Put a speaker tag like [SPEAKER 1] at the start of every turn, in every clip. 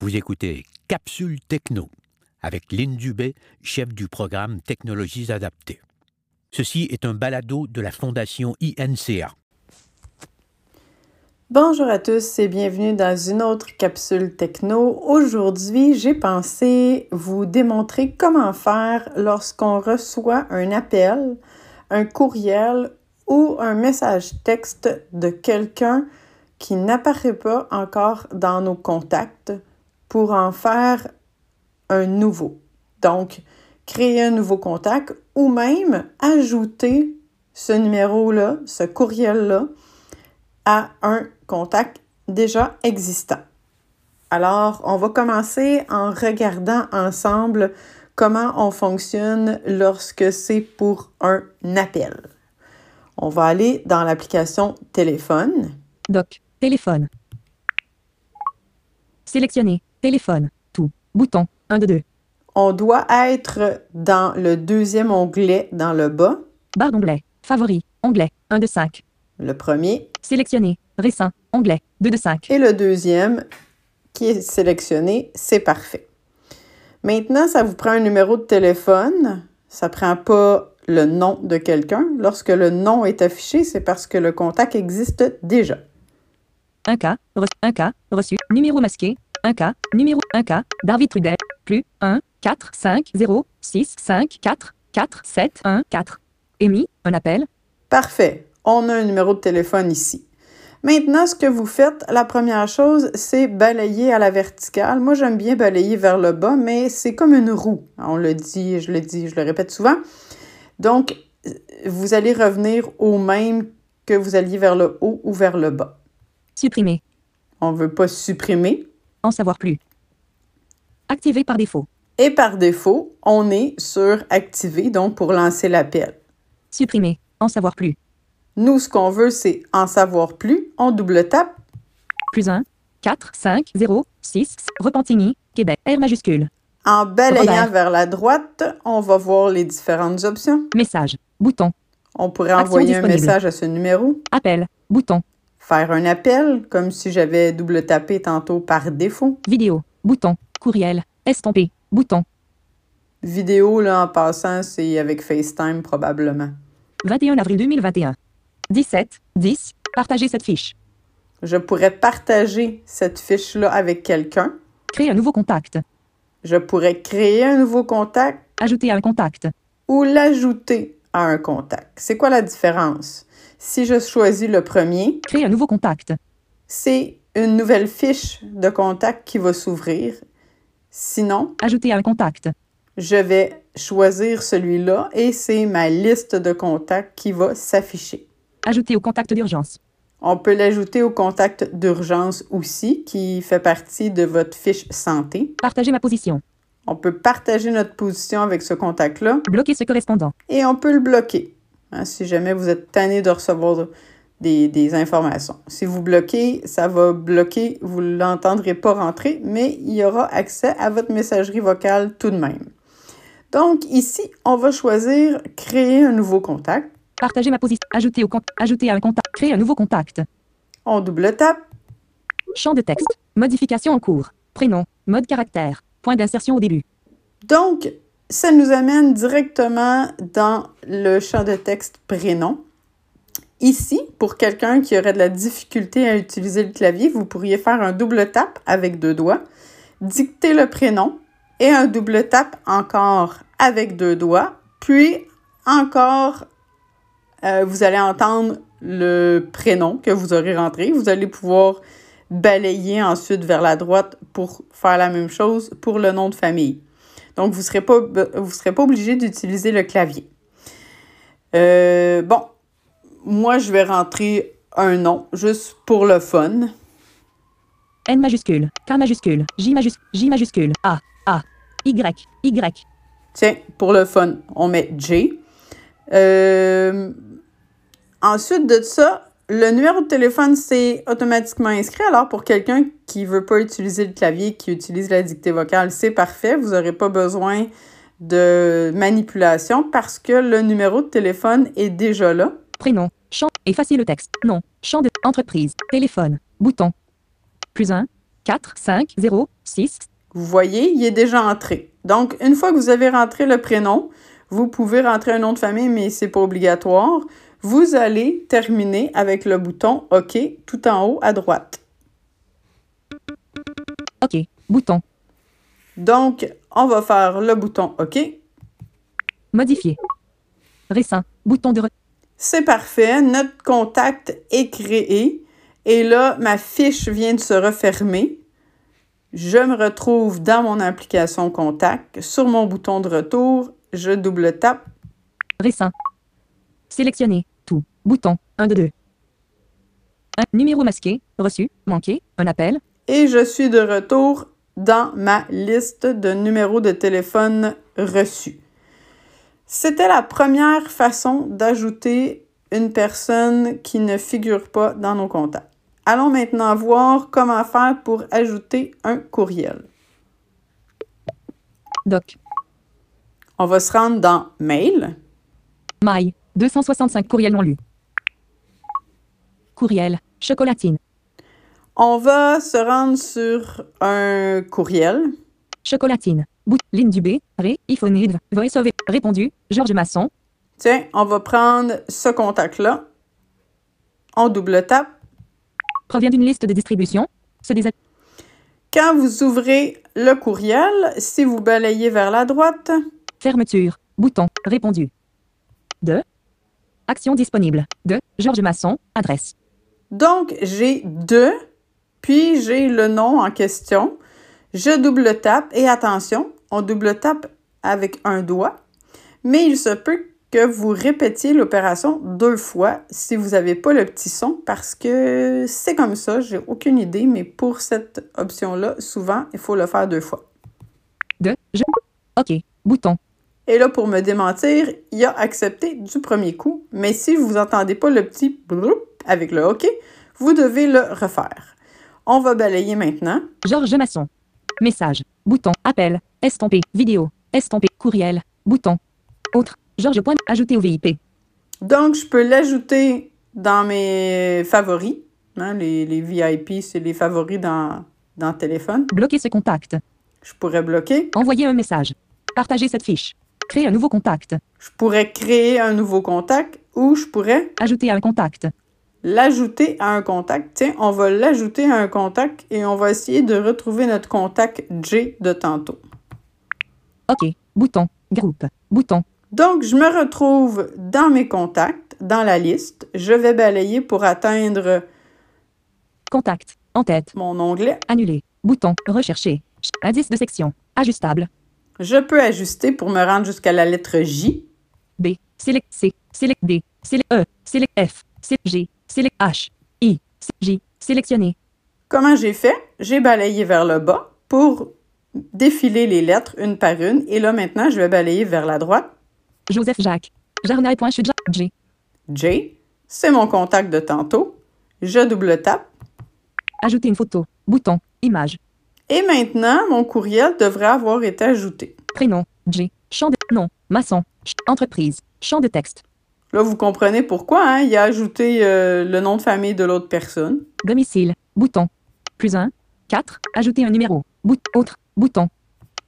[SPEAKER 1] Vous écoutez Capsule Techno avec Lynn Dubé, chef du programme Technologies adaptées. Ceci est un balado de la Fondation INCA.
[SPEAKER 2] Bonjour à tous et bienvenue dans une autre capsule techno. Aujourd'hui, j'ai pensé vous démontrer comment faire lorsqu'on reçoit un appel, un courriel ou un message texte de quelqu'un qui n'apparaît pas encore dans nos contacts pour en faire un nouveau. Donc, créer un nouveau contact ou même ajouter ce numéro-là, ce courriel-là, à un contact déjà existant. Alors, on va commencer en regardant ensemble comment on fonctionne lorsque c'est pour un appel. On va aller dans l'application téléphone.
[SPEAKER 3] Doc. Téléphone. Sélectionner. Téléphone. Tout. Bouton. 1 de 2.
[SPEAKER 2] On doit être dans le deuxième onglet dans le bas,
[SPEAKER 3] Barre d'onglet. Favori. Onglet. 1 de 5.
[SPEAKER 2] le premier,
[SPEAKER 3] Sélectionner. Récent. Onglet. 2 de 5.
[SPEAKER 2] et le deuxième qui est sélectionné, c'est parfait. Maintenant, ça vous prend un numéro de téléphone. Ça prend pas le nom de quelqu'un. Lorsque le nom est affiché, c'est parce que le contact existe déjà.
[SPEAKER 3] 1 K. 1 K. Reçu. Numéro masqué. 1 K. Numéro 1 K. David Trudel. Plus 1 4 5 0 6 5 4 4 7 1 4. Émis. Un appel.
[SPEAKER 2] Parfait. On a un numéro de téléphone ici. Maintenant, ce que vous faites, la première chose, c'est balayer à la verticale. Moi, j'aime bien balayer vers le bas, mais c'est comme une roue. On le dit, je le dis, je le répète souvent. Donc, euh, vous allez revenir au même que vous alliez vers le haut ou vers le bas.
[SPEAKER 3] Supprimer.
[SPEAKER 2] On ne veut pas supprimer.
[SPEAKER 3] En savoir plus. Activé par défaut.
[SPEAKER 2] Et par défaut, on est sur activer, donc pour lancer l'appel.
[SPEAKER 3] Supprimer. En savoir plus.
[SPEAKER 2] Nous, ce qu'on veut, c'est en savoir plus. On double tape.
[SPEAKER 3] Plus 1 4 5 0 6 Repentigny. Québec. R majuscule.
[SPEAKER 2] En balayant
[SPEAKER 3] Robert.
[SPEAKER 2] vers la droite, on va voir les différentes options.
[SPEAKER 3] Message. Bouton.
[SPEAKER 2] On pourrait
[SPEAKER 3] Action
[SPEAKER 2] envoyer un
[SPEAKER 3] disponible.
[SPEAKER 2] message à ce numéro,
[SPEAKER 3] Appel. Bouton.
[SPEAKER 2] faire un appel, comme si j'avais double tapé tantôt par défaut.
[SPEAKER 3] Vidéo. Bouton. Courriel. Estompé. Bouton.
[SPEAKER 2] Vidéo, là, en passant, c'est avec FaceTime probablement.
[SPEAKER 3] 21 avril 2021. 17. 10. Partager cette fiche.
[SPEAKER 2] Je pourrais partager cette fiche-là avec quelqu'un.
[SPEAKER 3] Créer un nouveau contact.
[SPEAKER 2] Je pourrais créer un nouveau contact
[SPEAKER 3] Ajouter à un contact.
[SPEAKER 2] ou l'ajouter à un contact. C'est quoi la différence? Si je choisis le premier,
[SPEAKER 3] Créer un nouveau contact.
[SPEAKER 2] c'est une nouvelle fiche de contact qui va s'ouvrir. Sinon,
[SPEAKER 3] Ajouter à un contact.
[SPEAKER 2] je vais choisir celui-là et c'est ma liste de contacts qui va s'afficher.
[SPEAKER 3] Ajouter au contact d'urgence.
[SPEAKER 2] On peut l'ajouter au contact d'urgence aussi, qui fait partie de votre fiche santé.
[SPEAKER 3] Partager ma position.
[SPEAKER 2] On peut partager notre position avec ce contact-là
[SPEAKER 3] Bloquer ce correspondant.
[SPEAKER 2] et on peut le bloquer hein, si jamais vous êtes tanné de recevoir des, des informations. Si vous bloquez, ça va bloquer, vous ne l'entendrez pas rentrer, mais il y aura accès à votre messagerie vocale tout de même. Donc ici, on va choisir créer un nouveau contact.
[SPEAKER 3] Partager ma position. Ajouter au contact. Ajouter à un contact. Créer un nouveau contact.
[SPEAKER 2] On double tape,
[SPEAKER 3] Champ de texte. Modification en cours. Prénom. Mode caractère. Point d'insertion au début.
[SPEAKER 2] Donc, ça nous amène directement dans le champ de texte prénom. Ici, pour quelqu'un qui aurait de la difficulté à utiliser le clavier, vous pourriez faire un double tap avec deux doigts, dicter le prénom et un double tap encore avec deux doigts, puis encore, euh, vous allez entendre le prénom que vous aurez rentré. Vous allez pouvoir balayer ensuite vers la droite pour faire la même chose pour le nom de famille. Donc, vous ne serez pas, vous serez pas obligé d'utiliser le clavier. Euh, bon, moi, je vais rentrer un nom juste pour le fun.
[SPEAKER 3] N majuscule, K majuscule, J majuscule, J majuscule, A, A, Y, Y,
[SPEAKER 2] Tiens, pour le fun, on met J. Euh, ensuite de ça, le numéro de téléphone, c'est automatiquement inscrit. Alors, pour quelqu'un qui ne veut pas utiliser le clavier, qui utilise la dictée vocale, c'est parfait. Vous n'aurez pas besoin de manipulation parce que le numéro de téléphone est déjà là.
[SPEAKER 3] prénom, champ, effacer le texte, nom, champ de, entreprise, téléphone, bouton, plus 1, 4, 5, 0, 6.
[SPEAKER 2] Vous voyez, il est déjà entré. Donc, une fois que vous avez rentré le prénom, vous pouvez rentrer un nom de famille, mais c'est pas obligatoire. Vous allez terminer avec le bouton OK tout en haut à droite.
[SPEAKER 3] OK. Bouton.
[SPEAKER 2] Donc, on va faire le bouton OK.
[SPEAKER 3] Modifier. Récent. Bouton de... re-
[SPEAKER 2] C'est parfait. Notre contact est créé. Et là, ma fiche vient de se refermer. Je me retrouve dans mon application contact. Sur mon bouton de retour, je double tape.
[SPEAKER 3] Récent. Sélectionner. Tout. Bouton. 1 de 2. Un numéro masqué. Reçu. Manqué. Un appel.
[SPEAKER 2] Et je suis de retour dans ma liste de numéros de téléphone reçus. C'était la première façon d'ajouter une personne qui ne figure pas dans nos contacts. Allons maintenant voir comment faire pour ajouter un courriel.
[SPEAKER 3] Doc.
[SPEAKER 2] On va se rendre dans Mail.
[SPEAKER 3] Mail. 265 courriels non lus. Courriel. Chocolatine.
[SPEAKER 2] On va se rendre sur un courriel.
[SPEAKER 3] Chocolatine. Bout. Ligne du B. Ré. Iphonide. Voice over. Répondu. Georges Masson.
[SPEAKER 2] Tiens, on va prendre ce contact-là. On double tape.
[SPEAKER 3] Provient d'une liste de distribution. Se désab...
[SPEAKER 2] Quand vous ouvrez le courriel, si vous balayez vers la droite,
[SPEAKER 3] Fermeture. Bouton. Répondu. 2. Action disponible. 2. Georges Masson. Adresse.
[SPEAKER 2] donc j'ai deux, puis j'ai le nom en question. Je double tape et attention, on double tape avec un doigt, mais il se peut que vous répétiez l'opération deux fois si vous n'avez pas le petit son parce que c'est comme ça, j'ai aucune idée, mais pour cette option-là, souvent, il faut le faire deux fois.
[SPEAKER 3] 2. Je... OK. Bouton.
[SPEAKER 2] Et là, pour me démentir, il a accepté du premier coup, mais si vous n'entendez pas le petit bloup avec le OK, vous devez le refaire. On va balayer maintenant.
[SPEAKER 3] Georges Masson. Message. Bouton. Appel. Estompé. Vidéo. Estompé. Courriel. Bouton. Autre. Georges. Point. Ajouté au VIP.
[SPEAKER 2] Donc, je peux l'ajouter dans mes favoris. hein, les, les VIP, c'est les favoris dans, dans le téléphone.
[SPEAKER 3] Bloquer ce contact.
[SPEAKER 2] Je pourrais bloquer.
[SPEAKER 3] Envoyer un message. Partager cette fiche. Créer un nouveau contact.
[SPEAKER 2] Je pourrais créer un nouveau contact ou je pourrais
[SPEAKER 3] Ajouter un contact.
[SPEAKER 2] l'ajouter à un contact. Tiens, on va l'ajouter à un contact et on va essayer de retrouver notre contact J de tantôt.
[SPEAKER 3] OK. Bouton. Groupe. Bouton.
[SPEAKER 2] Donc, je me retrouve dans mes contacts, dans la liste. Je vais balayer pour atteindre
[SPEAKER 3] Contact. En tête.
[SPEAKER 2] mon onglet.
[SPEAKER 3] Annuler. Bouton. Rechercher. Ch- Indice de section. Ajustable.
[SPEAKER 2] Je peux ajuster pour me rendre jusqu'à la lettre J.
[SPEAKER 3] B. Select C. Select D. Select E. Select F. Select G. Select H. I. C- J. Sélectionner.
[SPEAKER 2] Comment j'ai fait? J'ai balayé vers le bas pour défiler les lettres une par une. Et là, maintenant, je vais balayer vers la droite.
[SPEAKER 3] Joseph Jacques. Jarnay.chudja. J.
[SPEAKER 2] J. C'est mon contact de tantôt. Je double tape.
[SPEAKER 3] Ajouter une photo. Bouton. Image.
[SPEAKER 2] Et maintenant, mon courriel devrait avoir été ajouté.
[SPEAKER 3] Prénom. J. Champ de nom. Maçon. Ch- Entreprise. Champ de texte.
[SPEAKER 2] Là, vous comprenez pourquoi. hein? Il a ajouté euh, le nom de famille de l'autre personne.
[SPEAKER 3] Domicile. Bouton. Plus 1. 4. Ajouter un numéro. Bout. Autre. Bouton.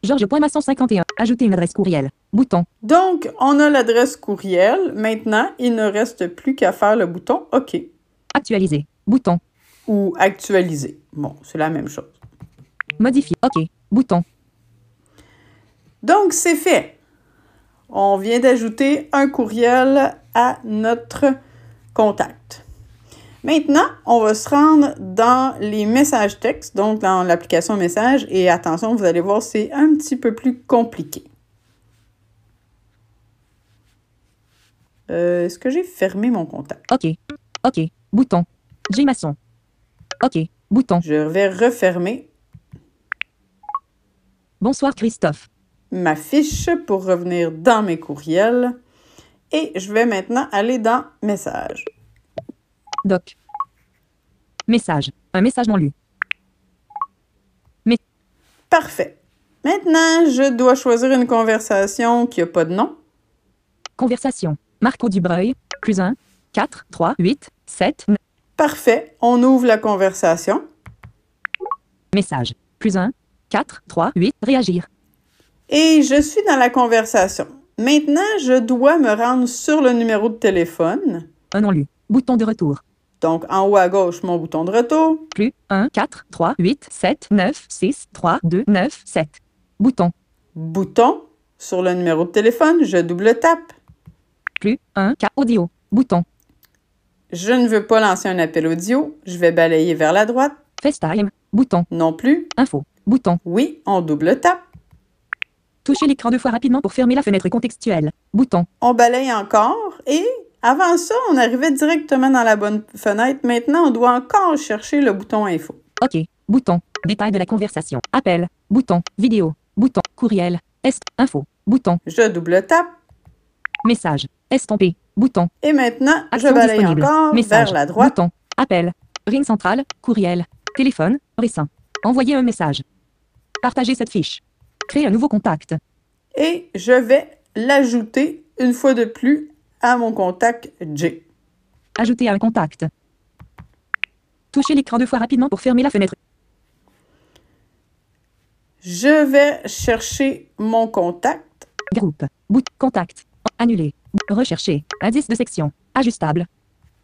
[SPEAKER 3] Georges.masson51. Ajouter une adresse courriel. Bouton.
[SPEAKER 2] Donc, on a l'adresse courriel. Maintenant, il ne reste plus qu'à faire le bouton OK
[SPEAKER 3] Actualiser. Bouton.
[SPEAKER 2] ou actualiser. Bon, c'est la même chose.
[SPEAKER 3] Modifier. OK. Bouton.
[SPEAKER 2] Donc, c'est fait. On vient d'ajouter un courriel à notre contact. Maintenant, on va se rendre dans les messages textes, donc dans l'application message. Et attention, vous allez voir, c'est un petit peu plus compliqué. Euh, Est-ce que j'ai fermé mon contact?
[SPEAKER 3] OK. OK. Bouton. J. Masson. OK. Bouton.
[SPEAKER 2] Je vais refermer
[SPEAKER 3] Bonsoir Christophe.
[SPEAKER 2] ma fiche pour revenir dans mes courriels. Et je vais maintenant aller dans Messages.
[SPEAKER 3] Doc. Message. Un message non lu.
[SPEAKER 2] Parfait. Maintenant, je dois choisir une conversation qui n'a pas de nom.
[SPEAKER 3] Conversation. Marco Dubreuil. Plus 1. 4. 3. 8. 7. 9.
[SPEAKER 2] Parfait. On ouvre la conversation.
[SPEAKER 3] Message. Plus 1, 4, 3, 8. Réagir.
[SPEAKER 2] Et je suis dans la conversation. Maintenant, je dois me rendre sur le numéro de téléphone.
[SPEAKER 3] Un non lu. Bouton de retour.
[SPEAKER 2] Donc, en haut à gauche, mon bouton de retour.
[SPEAKER 3] Plus 1, 4, 3, 8, 7, 9, 6, 3, 2, 9, 7. Bouton.
[SPEAKER 2] Bouton sur le numéro de téléphone. Je double tape.
[SPEAKER 3] Plus 1, 4. Audio. Bouton.
[SPEAKER 2] Je ne veux pas lancer un appel audio. Je vais balayer vers la droite.
[SPEAKER 3] FaceTime. Bouton.
[SPEAKER 2] Non plus.
[SPEAKER 3] Info. Bouton.
[SPEAKER 2] Oui, on double tape.
[SPEAKER 3] Touchez l'écran deux fois rapidement pour fermer la fenêtre contextuelle. Bouton.
[SPEAKER 2] On balaye encore et avant ça, on arrivait directement dans la bonne fenêtre. Maintenant, on doit encore chercher le bouton info.
[SPEAKER 3] OK. Bouton. Détail de la conversation. Appel. Bouton. Vidéo. Bouton. Courriel. Est. Info. Bouton.
[SPEAKER 2] Je double tape
[SPEAKER 3] Message. Estompé. Bouton.
[SPEAKER 2] et maintenant,
[SPEAKER 3] Action
[SPEAKER 2] je balaye
[SPEAKER 3] disponible.
[SPEAKER 2] encore
[SPEAKER 3] Message.
[SPEAKER 2] vers la droite.
[SPEAKER 3] Bouton. Appel. Ring central. Courriel. Téléphone. Récent. Envoyer un message. Partager cette fiche. Créer un nouveau contact.
[SPEAKER 2] et je vais l'ajouter une fois de plus à mon contact J.
[SPEAKER 3] Ajouter un contact. Touchez l'écran deux fois rapidement pour fermer la fenêtre.
[SPEAKER 2] Je vais chercher mon contact.
[SPEAKER 3] Groupe. Bout. Contact. Annuler. Rechercher. Indice de section. Ajustable.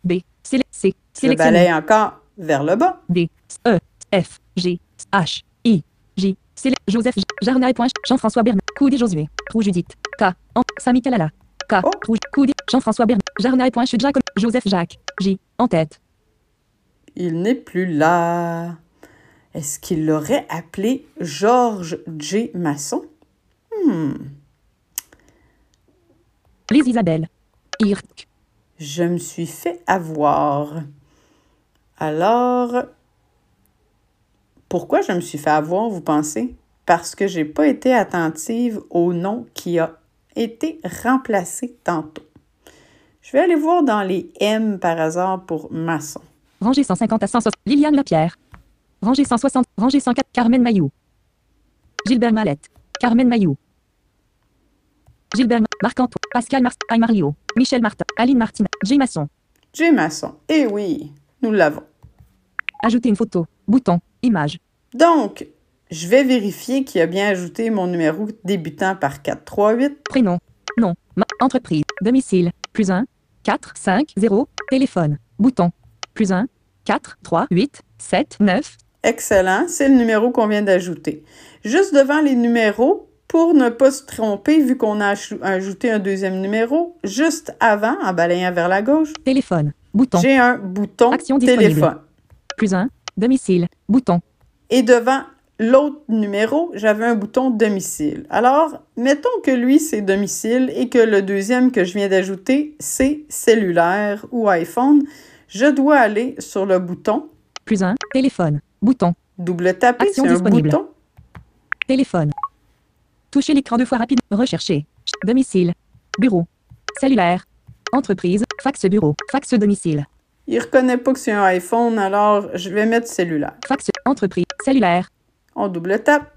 [SPEAKER 3] B. Séle- C.
[SPEAKER 2] Je
[SPEAKER 3] Sélectionner.
[SPEAKER 2] balaye encore vers le bas.
[SPEAKER 3] D. E. F. G. H. I. J. Séle- Joseph. J- Jarnail. Point. Jean-François Bernard. Coudé Josué. Rouge Judith. K. En. Samicalala. K.
[SPEAKER 2] Oh.
[SPEAKER 3] Rouge. Coudé. Jean-François Bernard. Jarnail. Point. Chut. Jacques. Joseph Jacques. J. En tête.
[SPEAKER 2] Il n'est plus là. Est-ce qu'il l'aurait appelé Georges J. Masson?
[SPEAKER 3] Les Isabelle. Irk.
[SPEAKER 2] Je me suis fait avoir. Alors, pourquoi je me suis fait avoir, vous pensez? Parce que j'ai pas été attentive au nom qui a été remplacé tantôt. Je vais aller voir dans les M par hasard pour maçon.
[SPEAKER 3] Rangée 150 à 160. Liliane Lapierre. Rangée 160. Rangée 104. Carmen Mayou. Gilbert Mallette. Carmen Mayou. Gilbert Ma- Marc-Antoine. Pascal Mar Ay Mario. Michel Martin. Aline Martin. J. Masson.
[SPEAKER 2] J'ai maçon. Eh oui, nous l'avons.
[SPEAKER 3] Ajouter une photo. Bouton. Image.
[SPEAKER 2] Donc, je vais vérifier qu'il a bien ajouté mon numéro débutant par 438.
[SPEAKER 3] Prénom. Nom. Ma- entreprise. Domicile. Plus 1. 4, 5, 0. Téléphone. Bouton. Plus 1. 4, 3, 8, 7, 9.
[SPEAKER 2] Excellent, c'est le numéro qu'on vient d'ajouter. Juste devant les numéros, pour ne pas se tromper, vu qu'on a achou- ajouté un deuxième numéro, juste avant, en balayant vers la gauche,
[SPEAKER 3] Téléphone. Bouton.
[SPEAKER 2] j'ai un bouton
[SPEAKER 3] Action disponible.
[SPEAKER 2] téléphone.
[SPEAKER 3] Plus 1. Domicile. Bouton.
[SPEAKER 2] Et devant l'autre numéro, j'avais un bouton domicile. Alors, mettons que lui, c'est domicile et que le deuxième que je viens d'ajouter, c'est cellulaire ou iPhone. Je dois aller sur le bouton,
[SPEAKER 3] Plus 1. Téléphone. Bouton.
[SPEAKER 2] double taper,
[SPEAKER 3] Action
[SPEAKER 2] c'est un
[SPEAKER 3] disponible.
[SPEAKER 2] bouton.
[SPEAKER 3] Téléphone. Touchez l'écran deux fois rapide. Rechercher. Ch- Domicile. Bureau. Cellulaire. Entreprise. Fax bureau. Fax domicile.
[SPEAKER 2] Il reconnaît pas que c'est un iPhone, alors je vais mettre cellulaire.
[SPEAKER 3] Fax. Entreprise. Cellulaire.
[SPEAKER 2] On double tape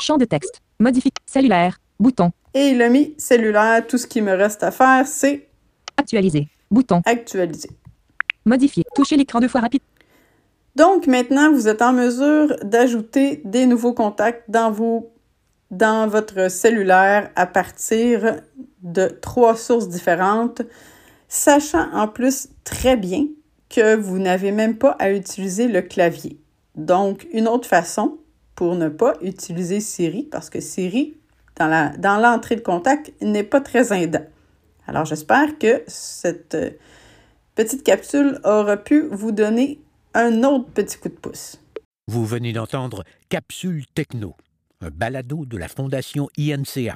[SPEAKER 3] Champ de texte. Modifie. Cellulaire. Bouton.
[SPEAKER 2] et il a mis cellulaire. Tout ce qui me reste à faire, c'est
[SPEAKER 3] Actualiser. Bouton.
[SPEAKER 2] actualiser.
[SPEAKER 3] Modifier. Touchez l'écran deux fois rapide.
[SPEAKER 2] Donc maintenant, vous êtes en mesure d'ajouter des nouveaux contacts dans vos dans votre cellulaire à partir de trois sources différentes, sachant en plus très bien que vous n'avez même pas à utiliser le clavier. Donc, une autre façon pour ne pas utiliser Siri, parce que Siri, dans la- dans l'entrée de contact, n'est pas très aidant. Alors, j'espère que cette euh, petite capsule aura pu vous donner un autre petit coup de pouce.
[SPEAKER 1] Vous venez d'entendre Capsule Techno, un balado de la Fondation INCA.